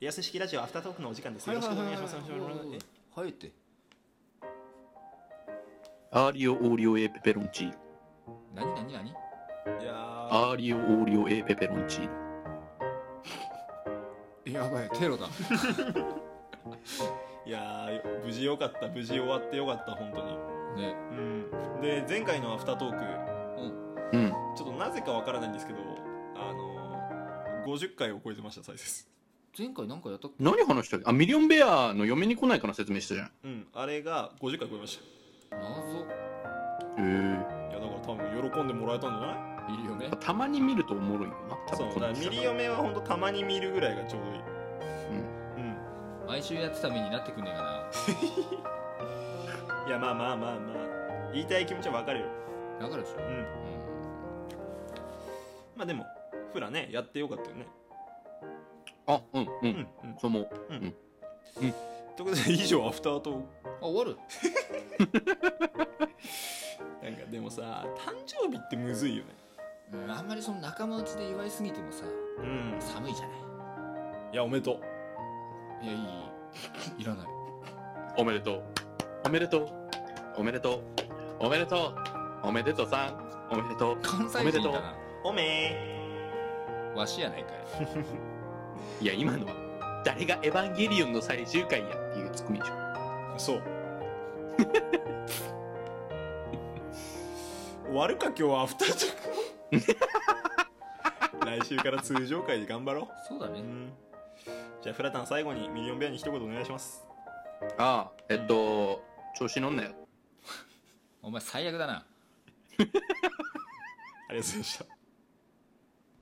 リアス式ラジオアフタートークのお時間です。よろしくお願いします。えはいってアーリオオーリオエペペロンチーノ何何何いやーアーリオオーリオエペペロンチーノやばいテロだいやー無事よかった無事終わってよかった本当に。ねうん。で前回のアフタートークうんうんちょっとなぜかわからないんですけどあのー、50回を超えてました再生数。前回なんかやったっけ何話したっけあミリオンベアの嫁に来ないかな説明したじゃんへうんあれが50回超えまし謎えた。いやだから多分喜んでもらえたんじゃない？いいよねたまに見るとおもろいよな多そう分だからのミ人リオメは本当たまに見るぐらいがちょうどいい。うん。うん。毎週やってた身になってくんねえかいやまあまあまあまあ言いたい気持ちはわかるよなわかるでしょうんうんまあでもフラねやってよかったよねあうんううんんうんそう思うということで以上アフタートーあ終わるクなんかでもさ誕生日ってむずいよねうんあんまりその仲間内で祝いすぎてもさうん寒いじゃないいやおめでとういやいいいらないおめでとうおめでとうおめでとうおめでとうおめでとうさんおめでとう関西人だなおめわしやないかいいや今のは誰がエヴァンゲリオンの最終回やっていうツッコミでしょーそう 終わるか今日はアフタート ーク来週から通常回で頑張ろそうだううねんじゃあフラタン最後にミリオンベアに一言お願いしますああえっと調子乗んなよお前最悪だなありがとうございました